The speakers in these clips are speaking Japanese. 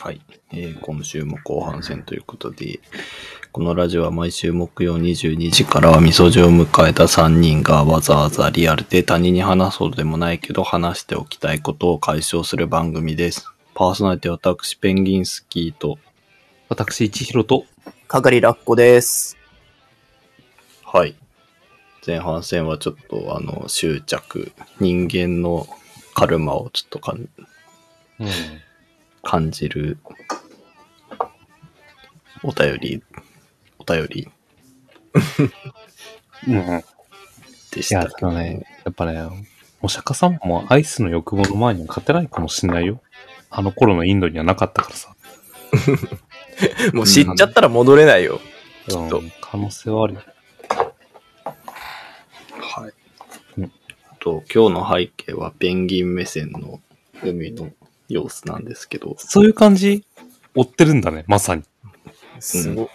はい、えー今週も後半戦ということで、このラジオは毎週木曜22時からはみそじを迎えた3人がわざわざリアルで他人に話すほどでもないけど話しておきたいことを解消する番組です。パーソナリティは私ペンギンスキーと、私、一ひろと。係ラッコです。はい。前半戦はちょっとあの執着、人間のカルマをちょっとかんうん。感じるお便り、お便りうん。でしいや、ただけかどら ね、やっぱね、お釈迦様もアイスの欲望の前には勝てないかもしんないよ。あの頃のインドにはなかったからさ。もう知っちゃったら戻れないよ。きっと可能性はあるよ。はい。うんと、今日の背景はペンギン目線の海の様子なんですけど、そういう感じ追ってるんだね、まさに。すごい。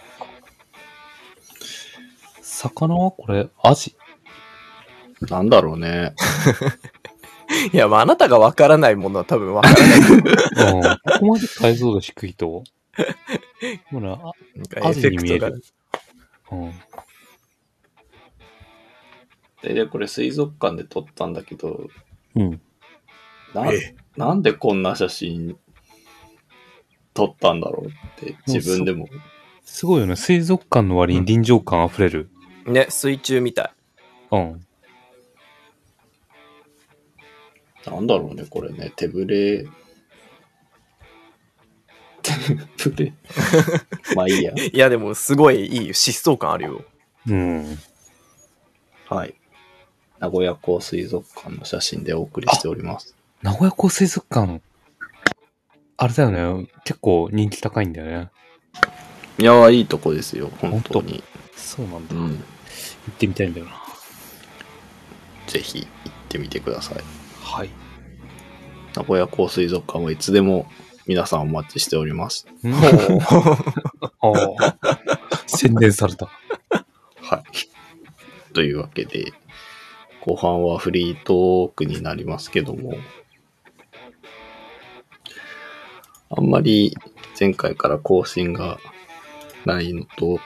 魚はこれ、アジ。なんだろうね。いや、まあ、あなたがわからないものは多分わから ないうん。ここまで解像度低いと。ほら、あからエフェクトが。うん。で、でこれ水族館で撮ったんだけど、うん。なえなんでこんな写真撮ったんだろうって自分でも。すごいよね。水族館の割に臨場感あふれる。ね、水中みたい。うん。なんだろうね、これね。手ぶれ。手ぶ れ。まあいいや。いや、でもすごいいいよ。疾走感あるよ。うん。はい。名古屋港水族館の写真でお送りしております。名古屋港水族館、あれだよね。結構人気高いんだよね。いやー、いいとこですよ、本当に。そうなんう行ん。ってみたいんだよな。ぜひ行ってみてください。はい。名古屋港水族館はいつでも皆さんお待ちしております。 ああ。宣伝された。はい。 というわけで、後半はフリートークになりますけども、あんまり前回から更新がないのと、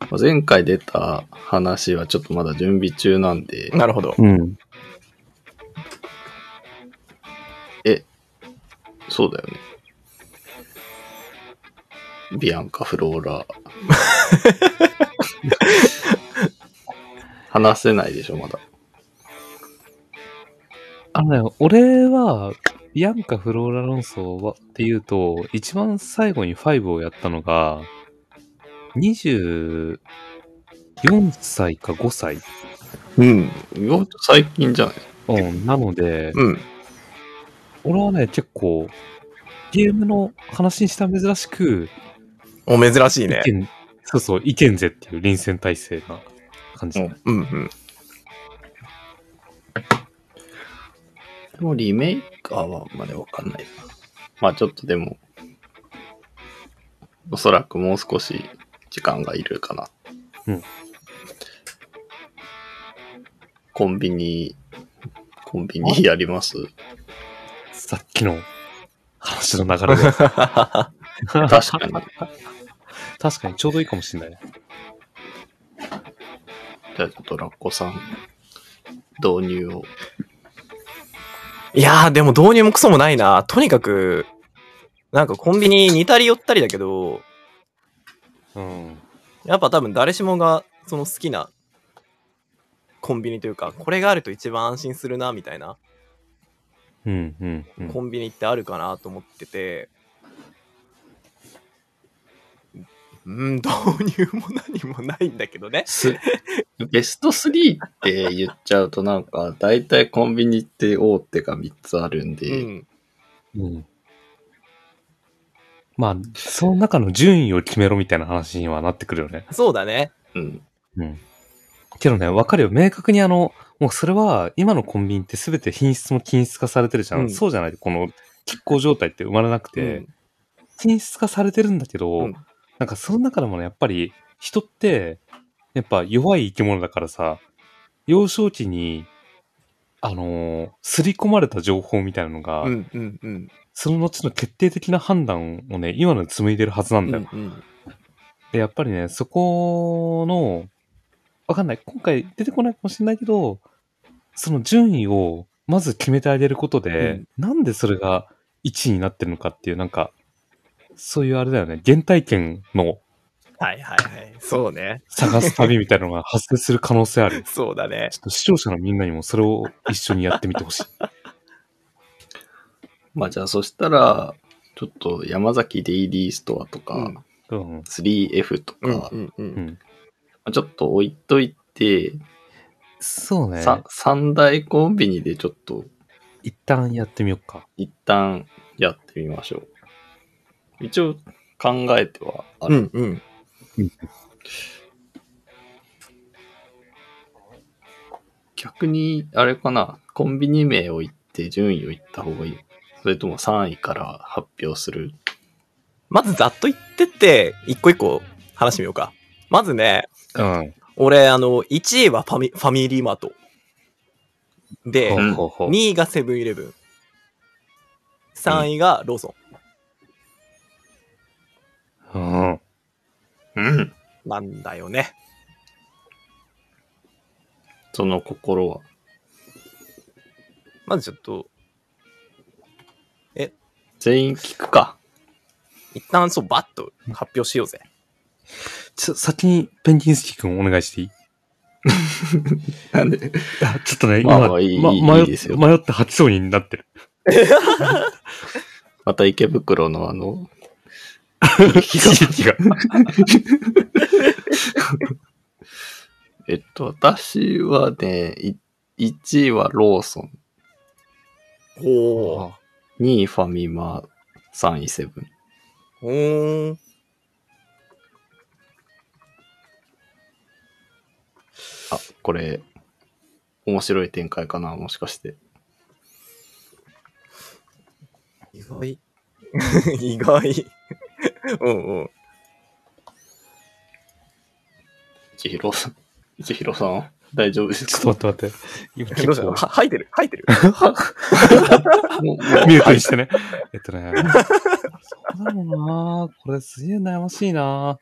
まあ前回出た話はちょっとまだ準備中なんで、なるほど。うん。そうだよね。ビアンカ・フローラ。話せないでしょ、まだ。あのね、俺は、ビアンカ・フローラ論争はっていうと、一番最後に5をやったのが、24歳か5歳。うん。意外と最近じゃないうん。なので、うん。俺はね、結構、ゲームの話にしたら珍しく、お、珍しいね意。見、そうそう、意見ぜっていう臨戦態勢な感じ、うんうんうん。でもリメイカーはまでわかんないな。まあちょっとでも、おそらくもう少し時間がいるかな。うんコンビニ、コンビニやりますさっきの話の流れで。確確かに。かにちょうどいいかもしれないね。じゃあちょっとラッコさん、導入を。いやー、でも導入もクソもないな。とにかく、なんかコンビニ似たり寄ったりだけど、うん。やっぱ多分誰しもがその好きなコンビニというか、これがあると一番安心するな、みたいな。うん、うん、うん。コンビニってあるかなと思ってて、うん、導入も何もないんだけどね。すベスト3って言っちゃうとなんか、だいたいコンビニって大手が3つあるんで、うん。うんまあ、その中の順位を決めろみたいな話にはなってくるよね。そうだね。うん。うん。けどね、わかるよ。明確にあの、もうそれは、今のコンビニって全て品質も均質化されてるじゃん。うんそうじゃないとこの、拮抗状態って生まれなくて、うん品質化されてるんだけど、うんなんかその中でもね、やっぱり人って、やっぱ弱い生き物だからさ、幼少期にあのー、刷り込まれた情報みたいなのが、うんうんうん。その後の決定的な判断をね、今ので紡いでるはずなんだよ。うんで、やっぱりね、そこの、わかんない。今回出てこないかもしれないけど、その順位をまず決めてあげることで、なんでそれが1位になってるのかっていう、なんか、そういうあれだよね、原体験のはいはいはい。そうね。探す旅みたいな のが発生する可能性ある。そうだねち。ょっと視聴者のみんなにもそれを一緒にやってみてほしい。まあじゃあそしたら、ちょっと山崎デイリーストアとか、うんうん。 3F とか、うんうんうん。まあちょっと置いといて、そうね。さ三大コンビニでちょっと一旦やってみようか。一旦やってみましょう。一応考えてはあうる。んうん。逆に、あれかな、コンビニ名を言って順位を言った方がいい。それとも3位から発表する。まずざっと言ってって、一個一個話してみようか。まずね、うん。俺、あの、1位はファミファミリーマート。で、うんほうほうほう2位がセブンイレブン。3位がローソうん。うん。ン。なんだよね。その心は。まずちょっと、全員聞くか。一旦そう、バッと発表しようぜ。ちょ、先にペンギンスキー君お願いしていいなんであちょっとね、まあ今、まあいいまいい迷っいいですよ迷って吐きそうになっ てる。 また池袋のあの、息が。えっと、私はね、1位はローソン、ほ2位ファミマ、3位セブン。う。ほーん。あ、これ、面白い展開かな、もしかして。意外。意外。うんうん。一広さん、 一広さん、大丈夫ですちかょっと待って待って。今どう結した構 は、吐いてる吐いてるもうもミュートにし てね。えっとね。そうだろうなこれすげえ悩ましいな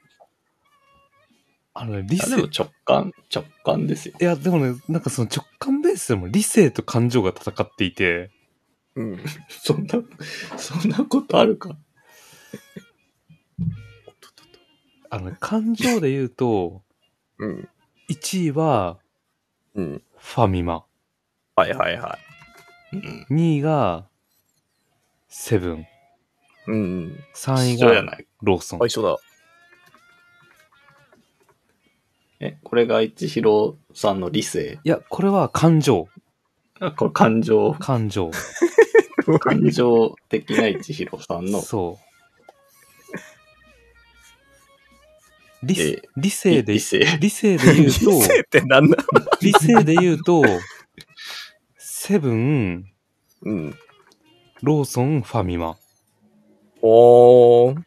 あのね、理うで性。もい直感、直感ですよ。 や、でもね、なんかその直感ベースでも理性と感情が戦っていて、うん。そんな、そんなことあるか。あのね、感情で言うと、 うん。 1位はうん。ファミマ、はいはいはい。うん。 2位がセブン、うんうん。 3一位緒じゃがない。ローソンあ、。一緒だ。え、これが一広さんの理性。いや、これは感情。あこれ感情、感情。感情的な一広さんの。 そう。理,、えー理性で理、性。理性で言うと、理性ってなんだ理性で言うと、セブン、うん。ローソン、ファミマ。おー。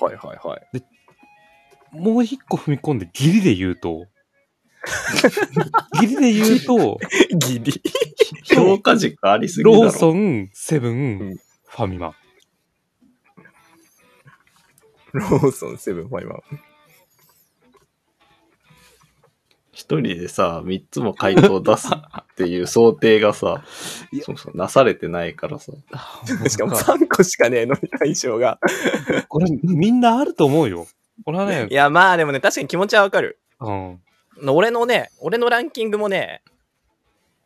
はいはいはい。もう一個踏み込んで、ギリで言うと、ギリで言う と、ギリ。評価軸ありすぎだろ。ローソン、セブうンん、ファミマ。ローソンセブン、ファイマ一人でさ、三つも回答出すっていう想定がさ、 いやそうそう、なされてないからさ。ー。しかも3個しかねえのに対象が。これ、みんなあると思うよ。俺はねい、や、まあでもね、確かに気持ちはわかる。うん。俺のね、俺のランキングもね、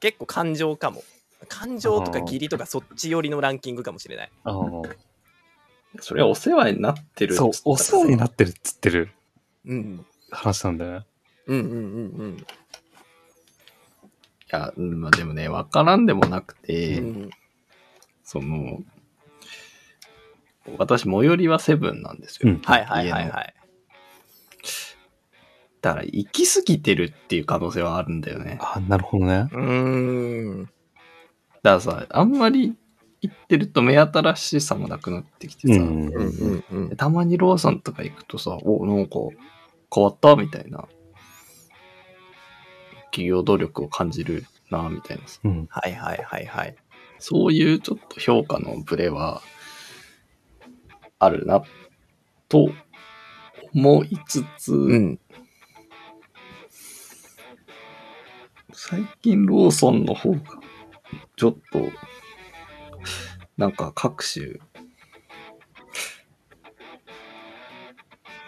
結構感情かも。感情とか義理とかそっち寄りのランキングかもしれない。あのそれはお世話になってるっつったそらうさ。、お世話になってるっつってるうん。話なんだよね。うんうんうんいや、うんまあでもね、わからんでもなくうん。て、うんその、私、最寄りはセブンなんですよ。うんはいはいはい家のはい。だから、行き過ぎてるっていう可能性はあるんだよね。だかあ、なるほどね。うーん。らさ、あんまり行ってると目新しさもなくなってきてさ、うんうんうん。たまにローソンとか行くとさ、お、なんか変わったみたいな企業努力を感じるな、みたいな。うん。はいはいはいはい。そういうちょっと評価のブレは、あるな、と思いつつ、うん。最近ローソンの方が、ちょっと、なんか各種、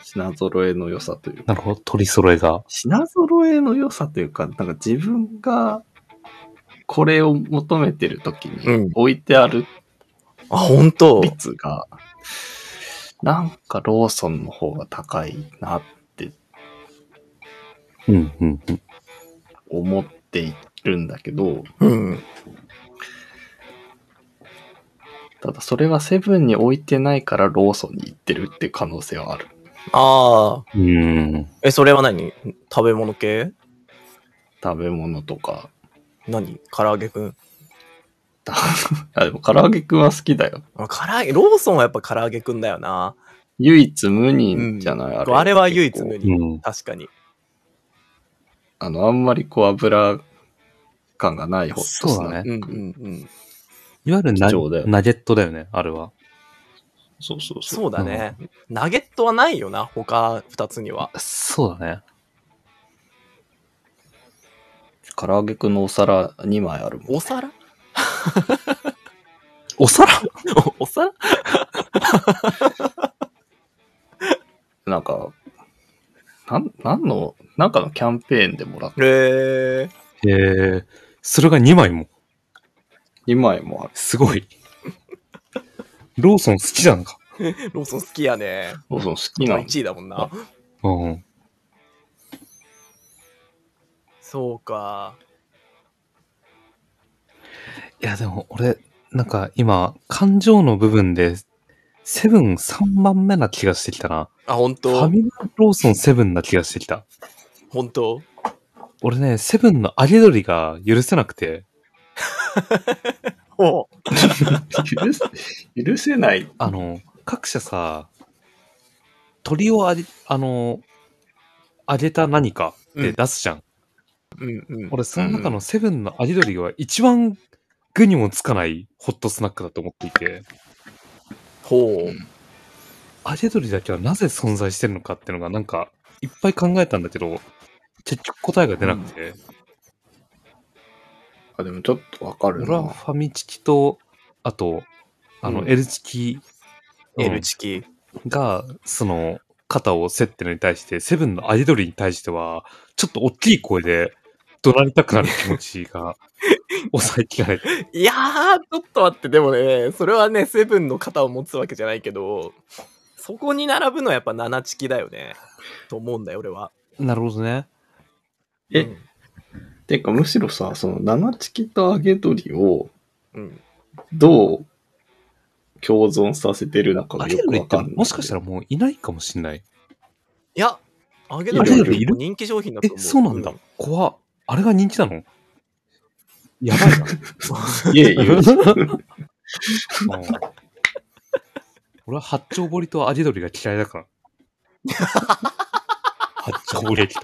品揃えの良さというか、なるほど。取り揃えが。品揃えの良さというか、なんか自分がこれを求めてるときうにん置いてあるあ、本当率が、なんかローソンの方が高いなってうん、うん、うん。思っているんだけど、うん。ただそれはセブンに置いてないからローソンに行ってるって可能性はある。ああ。うん。え、それは何食べ物系食べ物とか。何唐揚げくん。あ、でも唐揚げくんは好きだよ。あ唐揚げ、ローソンはやっぱ唐揚げくんだよな。唯一無二じゃない、あれ。あれは唯一無う二。ん。確かに。あの、あんまりこう油感がないホットスナッそうだク。うんうんうん。いわゆるナ貴重だよナゲットだよね、あれは。そうそうそう。そうだね。ナゲットはないよな、他二つには。そうだね。唐揚げくんのお皿2枚あるもん。お皿 お皿お皿なんか、なん、なんの、なんかのキャンペーンでもらった。へえ。えー、それが2枚も。 2枚もある。すごい。ローソン好きじゃんか。ローソン好きやね。ローソン好きなの。 1位だもんな。うん。そうか。いや、でも俺、なんか今、感情の部分で、セブン3番目な気がしてきたな。あ、本ファ当ミマローソンセブンな気がしてきた。本当俺ね、セブンの揚げ鶏が許せなくて、おう許せ、許せない。あの、各社さ、鶏をあげ、あの、揚げた何かって出すじゃん。うんうん。俺、その中のセブンの揚げ鶏は一番具にもつかないホットスナックだと思っていて、ほう。揚げ鶏だけはなぜ存在してるのかっていうのがなんか、いっぱい考えたんだけど、結局答えが出なくて、あ、でもちょっとわかる俺はな。ファミチキと、あと、あうの、ん L チキ、 L チキ。が、その、肩を競ってるのに対して、セブンのアイドルに対しては、ちょっと大きい声で怒鳴りたくなる気持ち が抑えきられて。いやー、ちょっと待って、でもね、それはね、セブンの肩を持つわけじゃないけど、そこに並ぶのはやっぱ7チキだよね。と思うんだよ、俺は。なるほどね。えうんてか、むしろさ、その、生チキと揚げ鶏をうん。どう共存させてるのかアがイよドくルわってかんない。もしかしたらもういないかもしんない。いや、揚げいる鶏いはる結構人気商品だえと、思う。そうなんだん。怖っあれが人気なのやばいな。いえい え。 うん俺は八丁堀とアイドルが嫌いだ から。八丁堀駅と。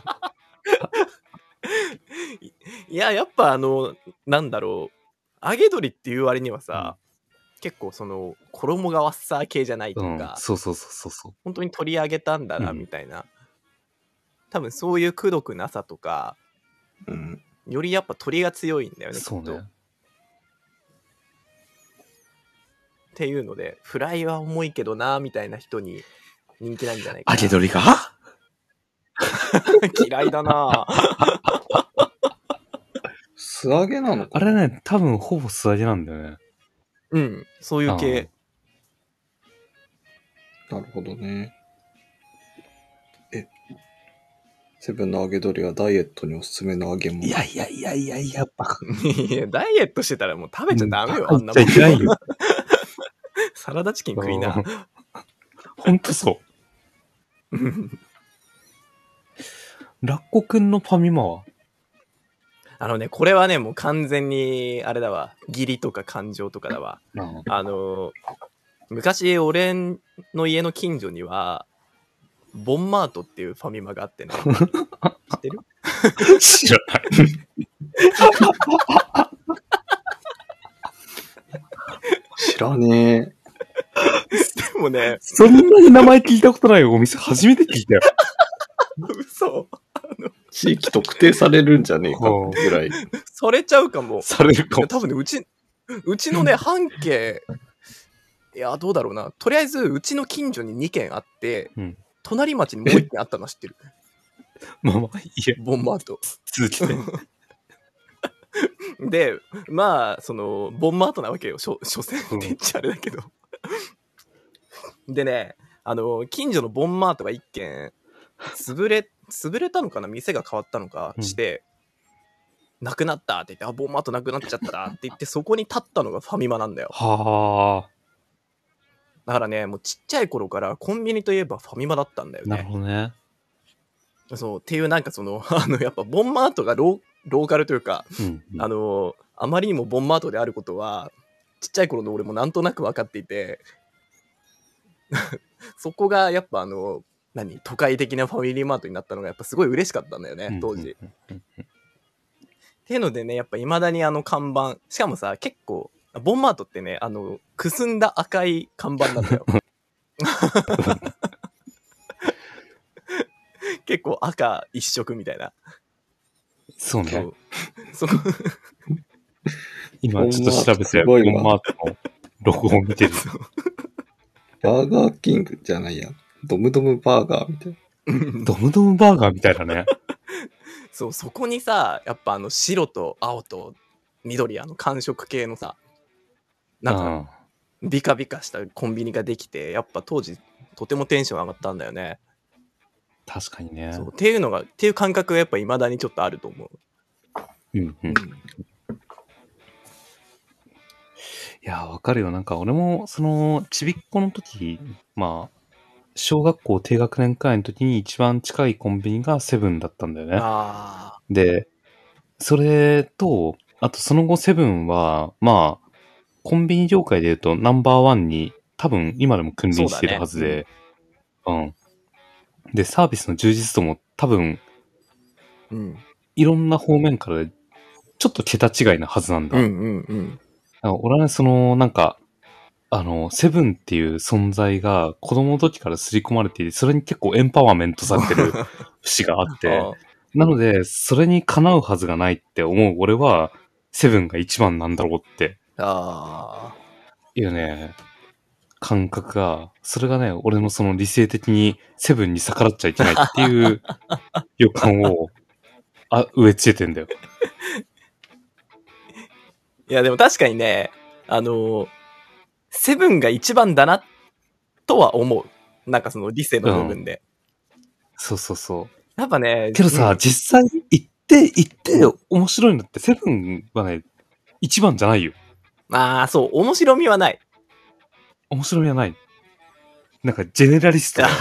いや、やっぱあの、なんだろう。揚げ鶏っていう割にはさ、結構その、衣がワッサー系じゃないとういうんか、、 そうそうそうそうそう。本当に取り上げたんだな、うんみたいな。多分そういうくどくなさとか、うん。よりやっぱ鳥が強いんだよね。そうきっとねっ。ていうので、フライは重いけどな、みたいな人に人気なんじゃないか揚な。げ鶏が 嫌いだな。素揚げなのかあなれね、多分ほぼ素揚げなんだよね。うん、そういう系。なるほどね。え、セブンの揚げ鶏はダイエットにおすすめの揚げ物。いやいやいやいやいや、バカ。いや、ダイエットしてたらもう食べちゃダメよ、あ んなも言っちゃいけないん。よ。サラダチキン食いな。ほんとそうんう。ラッコくんのファミマはあのね、これはね、もう完全に、あれだわ、義理とか感情とかだわ。あの、昔、俺の家の近所には、ボンマートっていうファミマがあってね。知ってる知らない。知らねえ。でもね、そんなに名前聞いたことないお店初めて聞いたよ。嘘。地域特定されるんじゃねえかってぐらい。されちゃうかも。されるいかや多分ね、うち、うちのね、半径、いや、どうだろうな。とりあえず、うちの近所に2軒あって、うん隣町にもう1軒あったのは知ってる。も。まあまあ、いや、ボンマート。続きね。で、まあ、その、ボンマートなわけよ。しょ所詮って言っちゃあれだけど。でね、あの、近所のボンマートが1軒、潰れ、潰れたのかな店が変わったのかして、なくなったって言って、あ、ボンマートなくなっちゃったなって言って、そこに立ったのがファミマなんだよ。はあ、だからね、もうちっちゃい頃からコンビニといえばファミマだったんだよなるね。ほどね。そう、っていうなんかその、あの、やっぱボンマートがローローカルというか、うん。あの、あまりにもボンマートであることは、ちっちゃい頃の俺もなんとなく分かっていて、 そこがやっぱあの、何都会的なファミリーマートになったのがやっぱすごい嬉しかったんだようねん、当時。。うんうんっていうのでね、やっぱ未だにあの看板、しかもさ、結構、ボンマートってね、あの、くすんだ赤い看板なん だよ。結構赤一色みたいな。そうそね。う。そこ、今ちょっと調べて、ボボンマートすごいなンマートのロゴを見てる。バーガーキングじゃないや。ドムドムバーガーみたいな。ドムドムバーガーみたいだね。そう、そこにさ、やっぱあの白と青と緑、あの寒色系のさ、なんかうんビカビカしたコンビニができて、やっぱ当時とてもテンション上がったんだよね。確かにね。そうっていうのが、っていう感覚がやっぱ未だにちょっとあると思う。うんうん。いやー、わかるよ。なんか俺も、その、ちびっこの時、まあ、小学校低学年くらいの時に一番近いコンビニがセブンだったんだよね。あで、それと、あとその後セブンは、まあ、コンビニ業界で言うとナンバーワンに多分今でも君臨してるはずで、うん。で、サービスの充実度も多分あ。うん。いろんな方面からでちょっと桁違いなはずなんだ。うんうんうん。なんか俺はね、その、なんか、あの、セブンっていう存在が子供の時から刷り込まれていて、それに結構エンパワーメントされてる節があって、あなので、それにかなうはずがないって思う俺は、セブンが一番なんだろうってあいうね、感覚が、それがね、俺のその理性的にセブンに逆らっちゃいけないっていう予感を、あ、植え付けてんだよ。ー。いや、でも確かにね、あのーセブンが一番だな、とは思う。なんかその理性の部分で。そうそうそう。やっぱね、けどさ、うん実際行って、行って面白いのって、セブンはね、一番じゃないよ。ああ、そう、面白みはない。面白みはない。なんか、ジェネラリストだよ。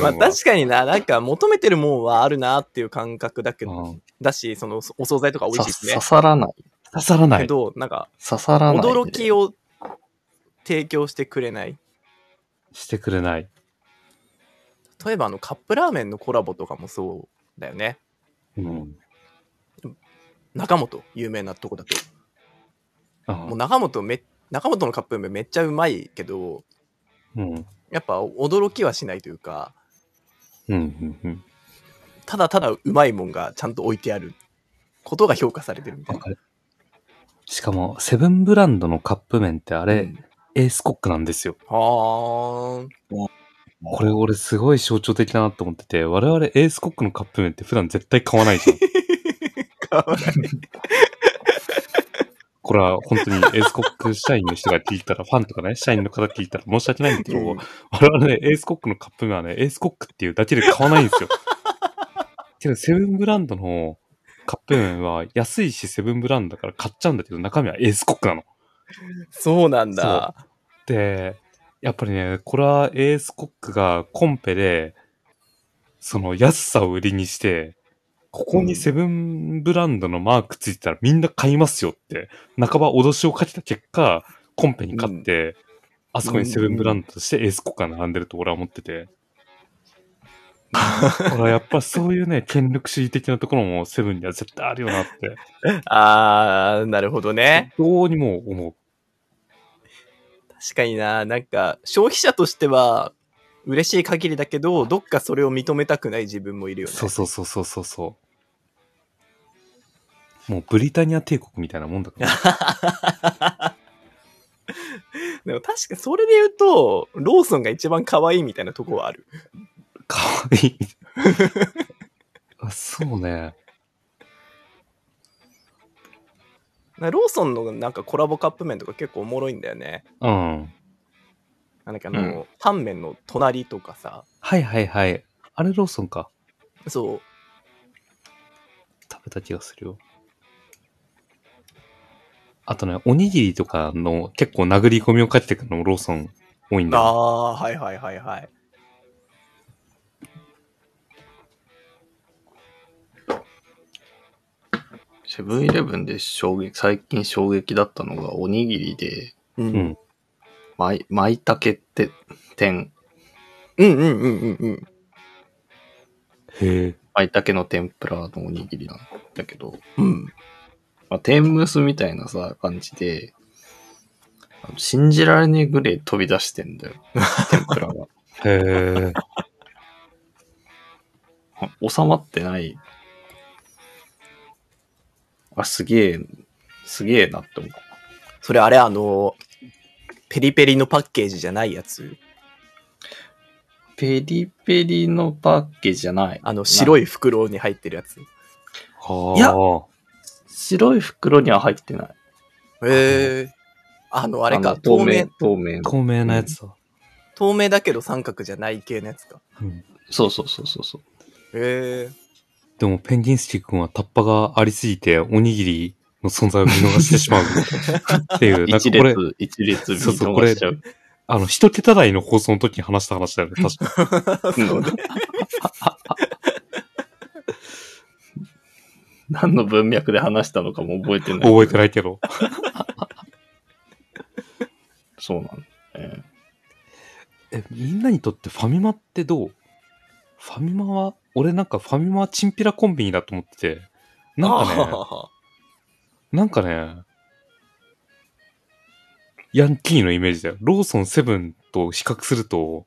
まあ確かにな、なんか求めてるもんはあるなっていう感覚だけど、うんだし、そのお惣菜とか美味さしいですね刺。さらない。刺さらなけい。ど、なんか刺さらない、驚きを提供してくれない。してくれない。例えばあのカップラーメンのコラボとかもそうだよね。うん。中本、有名なとこだと。あもう中本め、中本のカップ麺めっちゃうまいけど、うん。やっぱ驚きはしないというか、うん。うん。うん。ただただうまいもんがちゃんと置いてあることが評価されてるみたいわな。かる。しかも、セブンブランドのカップ麺ってあれ、エースコックなんですよ。はーん。これ俺すごい象徴的だなと思ってて、我々エースコックのカップ麺って普段絶対買わないじゃん。かわいい。これは本当にエースコック社員の人が聞いたら、 ファンとかね、社員の方聞いたら申し訳ないんだけど、うん我々ね、エースコックのカップ麺はね、エースコックっていうだけで買わないんですよ。けど、セブンブランドのカップ麺は安いしセブンブランドだから買っちゃうんだけど、中身はエースコックなの。そうなんだ。で、やっぱりね、これはエースコックがコンペで、その安さを売りにして、ここにセブンブランドのマークついてたらみんな買いますよって、半ば脅しをかけた結果、コンペに勝って、あそこにセブンブランドとしてエースコが並んでると俺は思ってて。ほら、やっぱそういうね、権力主義的なところもセブンには絶対あるよなって、あー、なるほどね。どうにも思う。確かにな、なんか、消費者としては、嬉しい限りだけど、どっかそれを認めたくない自分もいるよね。そうそうそうそうそうそう。もうブリタニア帝国みたいなもんだから。でも確かそれで言うと、ローソンが一番可愛いみたいなとこはある。かわいい。あそうね。なローソンのなんかコラボカップ麺とか結構おもろいんだよね。うん。なんだっけあの、うんタンメンの隣とかさ、はいはいはい。あれローソンか。そう、食べた気がするよ。あとね、おにぎりとかの結構殴り込みをかけてくるのもローソン多いんだあよ。あ、はいはいはいはい。セブンイレブンで衝撃、最近衝撃だったのが、おにぎりで、う。うんん。まい、まいたけって、天、うんうんうんうんうん。へえ。まいたけの天ぷらのおにぎりなんだけど、うん。まあ、天むすみたいなさ、感じで、あの信じられねえぐらい飛び出して んだよ。天ぷらが。へえ。あ収まってない。あ、すげえ、すげえなって思う。それあれあの、ペリペリのパッケージじゃないやつ。ペリペリのパッケージじゃない。あの、白い。い袋に入ってるやつ。はいや白い袋には入ってない。へえ。あの、あれのか、透明。。透明の。透明なやつだ。透明だけど三角じゃない系のやつか。うん。そうそうそうそうそう。へえ。でもペンギンスキー君はタッパがありすぎて、おにぎりの存在を見逃し てしまう。っていう、なんか一これ、列、一列見そうそうこ逃れしちゃう。あの、一桁台の放送の時に話した話 だよね。確か うん 何の文脈で話したのかも覚えてない。覚えてないけど。そうなんだね。え、みんなにとってファミマってどうファミマは、俺なんかファミマはチンピラコンビニだと思ってて、なんかね、あなんかね、ヤンキーのイメージだよ。ローソンセブンと比較すると、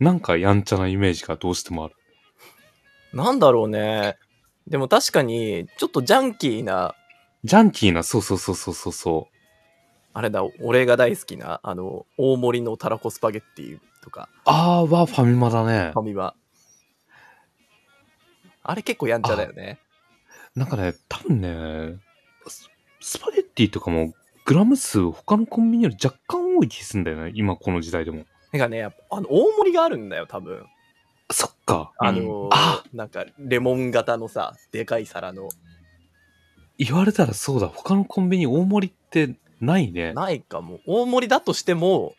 なんかやんちゃなイメージがどうしてもある。ー なんだろうね。でも確かに、ちょっとジャンキーな、ジャンキーな、そうそうそうそうそうそあれだ、俺が大好きな、あの、大盛りのたらこスパゲッティとかう。、あーはファミマだねファ。ミマ。あれ結構やんちゃだよね。なんかね、多分ね、ススパゲッティとかもグラム数他のコンビニより若干多い気すんだよね。今この時代でも。なんかね、やっぱあの、大盛りがあるんだよ、多分。そっか。あのーあなんか、レモン型のさ、でかい皿の。言われたらそうだ。他のコンビニ大盛りってないね。ないかも。大盛りだとしても、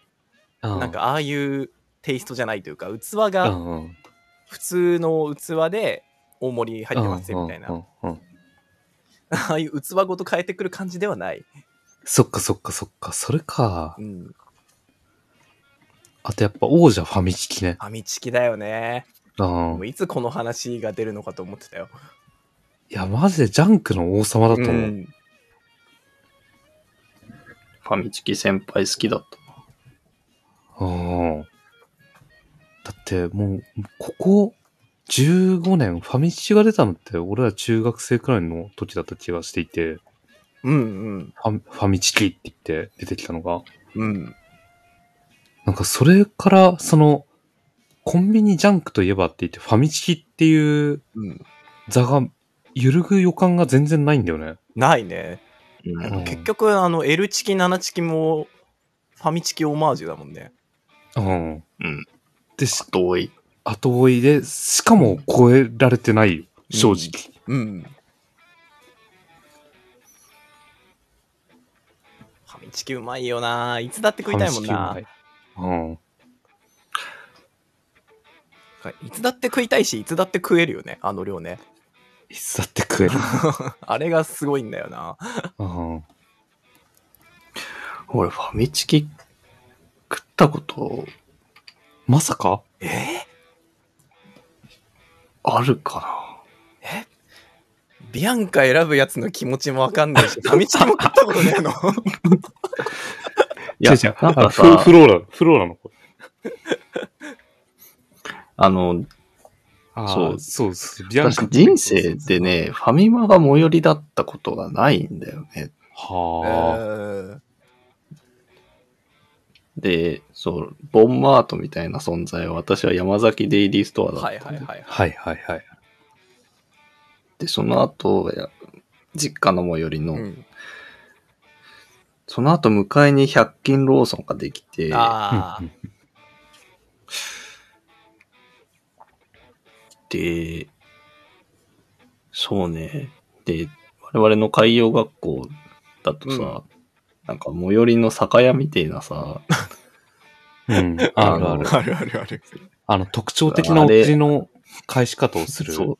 ななん、か、ああいうテイストじゃないというか、器うが、んうん、普通の器で、大盛り入ってますよ、みたいうんな。うんうんうんああいう器ごと変えてくる感じではない。そっかそっかそっか。それかう。ん。あとやっぱ王者ファミチキね。ファミチキだよね。うんもう。いつこの話が出るのかと思ってたよ。いや、マジでジャンクの王様だと思う。うんファミチキ先輩好きだったな。うんだってもう、ここ15年、ファミチが出たのって、俺ら中学生くらいの時だった気がしていて、フうんァミファミチキって言って出てきたのが、うん。うん。なんかそれから、その、コンビニジャンクといえばって言って、ファミチキっていううん。座が揺るぐ予感が全然ないんだよね。ないね。うんうん結局、あの、L チキ、7チキも、ファミチキオマージュだもんね。うん。うん。で、し後追い。後追いで、しかも超えられてないよ、正直。うん。ファミチキうまいよないつだって食いたいもんな。ファミチキうまい。うん。いつだって食いたいし、いつだって食えるよね、あの量ね。いつだって食える。 あれがすごいんだよな。うん。俺、ファミチキ食ったことまさかえーあるかビアンカ選ぶやつの気持ちもわかんないし、ファミチキも買ったことねえの。ないや、違う違うなんあかフさフ、ローラ、フローラの子。あの、あそあ、うそうです。ビアン私カ。人生でね、ファミマが最寄りだったことがないんだよね。はあ。 で、そう、ボンマートみたいな存在は私は山崎デイリーストアだったんだはいよはいはい。はいはいはい。で、その後、や実家の最寄りの、うんその後向かいに100均ローソンができて、ああ、で、そうね。で、我々の海洋学校だとさ、なんか最寄りの酒屋みたいなさ、うん。あるある。あるあるある。あの、特徴的なお釣りの返し方をする。 そう、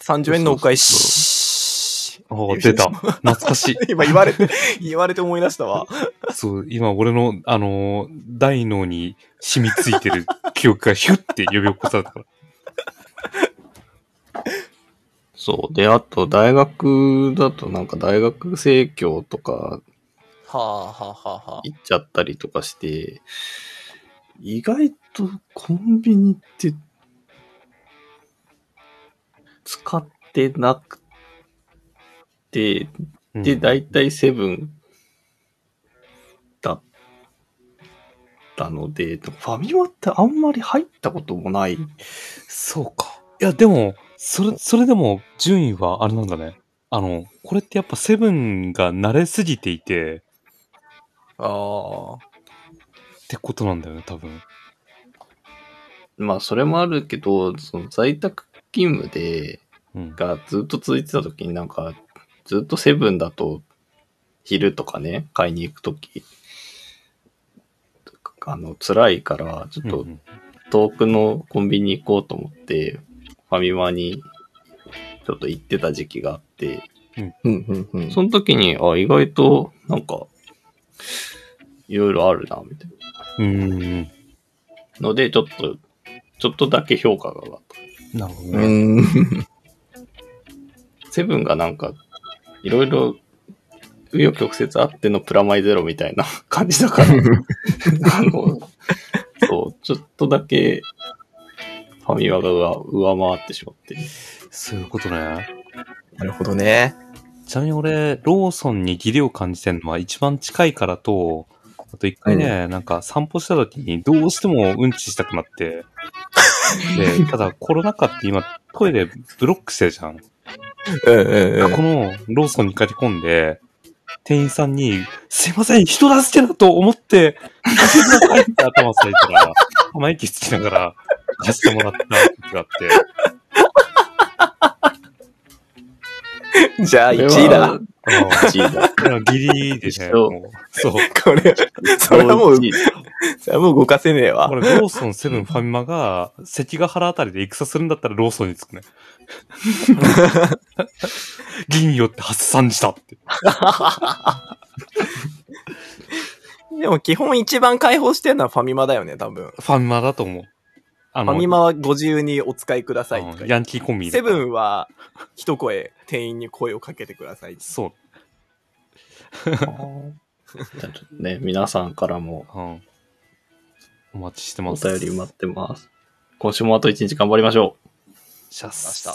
30円のお返そうし。ああ、出た。懐かしい。今言われて、 言われて思い出したわ。そう、今俺の、あのー大脳に染みついてる記憶がヒュッて呼び起こされたから。そう。で、あと大学だとなんか大学生協とかはあはあはあはあ。行っちゃったりとかして、意外とコンビニって使ってなくて、うんで、大体セブンだったので、ファミマってあんまり入ったこともない。そうか。いや、でも、それ、それでも順位はあれなんだね。あの、これってやっぱセブンが慣れすぎていて、あってことなんだよね、多分。まあ、それもあるけど、その在宅勤務で、うん。がずっと続いてた時になんか、ずっとセブンだと、昼とかね、買いに行く時あの、辛いから、ちょっうんうとん遠くのコンビニ行こうと思って、ファミマにちょっと行ってた時期があって、うんうんうんその時に、あ、意外と、なんか、いろいろあるな、みたいうんうん。な。ので、ちょっと、ちょっとだけ評価が上がっなるほどうね。ん。た。セブンがなんか、いろいろ、紆余曲折あってのプラマイゼロみたいな 感じだから、あの、そう、ちょっとだけ、ファミマが上回ってしまって。そういうことね。なるほどね。ちなみに俺、ローソンに義理を感じてるのは一番近いからと、あと一回ね、なんか散歩した時にどうしてもうんちしたくなって、で、ただコロナ禍って今トイレブロックしてるじゃん。うんうんこのローソンに駆け込んで、店員さんに、すいません、人助けだと思って、 貸してくださいって頭されたら、鼻息つきながら貸してもらった時があって、うん。じゃあ1こ位れだは。。1位だ。いやギリでね、そうもうそう。これ、 それはもう1、位だそれはもう動かせねえわこ。れ、ローソン、セブン、ファミマが、関ヶ原あたりで戦するんだったらローソンにつ くね。銀よって発散したって。でも基本一番解放してるのはファミマだよね、多分。フファミマだと思う。あァミマはご自由にお使いくださいって書いうてあんるヤンキーコンビニだセからブンは一声店員に声をかけてください。そう。じゃあちょっとね、皆さんからもうん。お待ちしておます。便り待ってます。今週もあと1日頑張りましょう。シャッました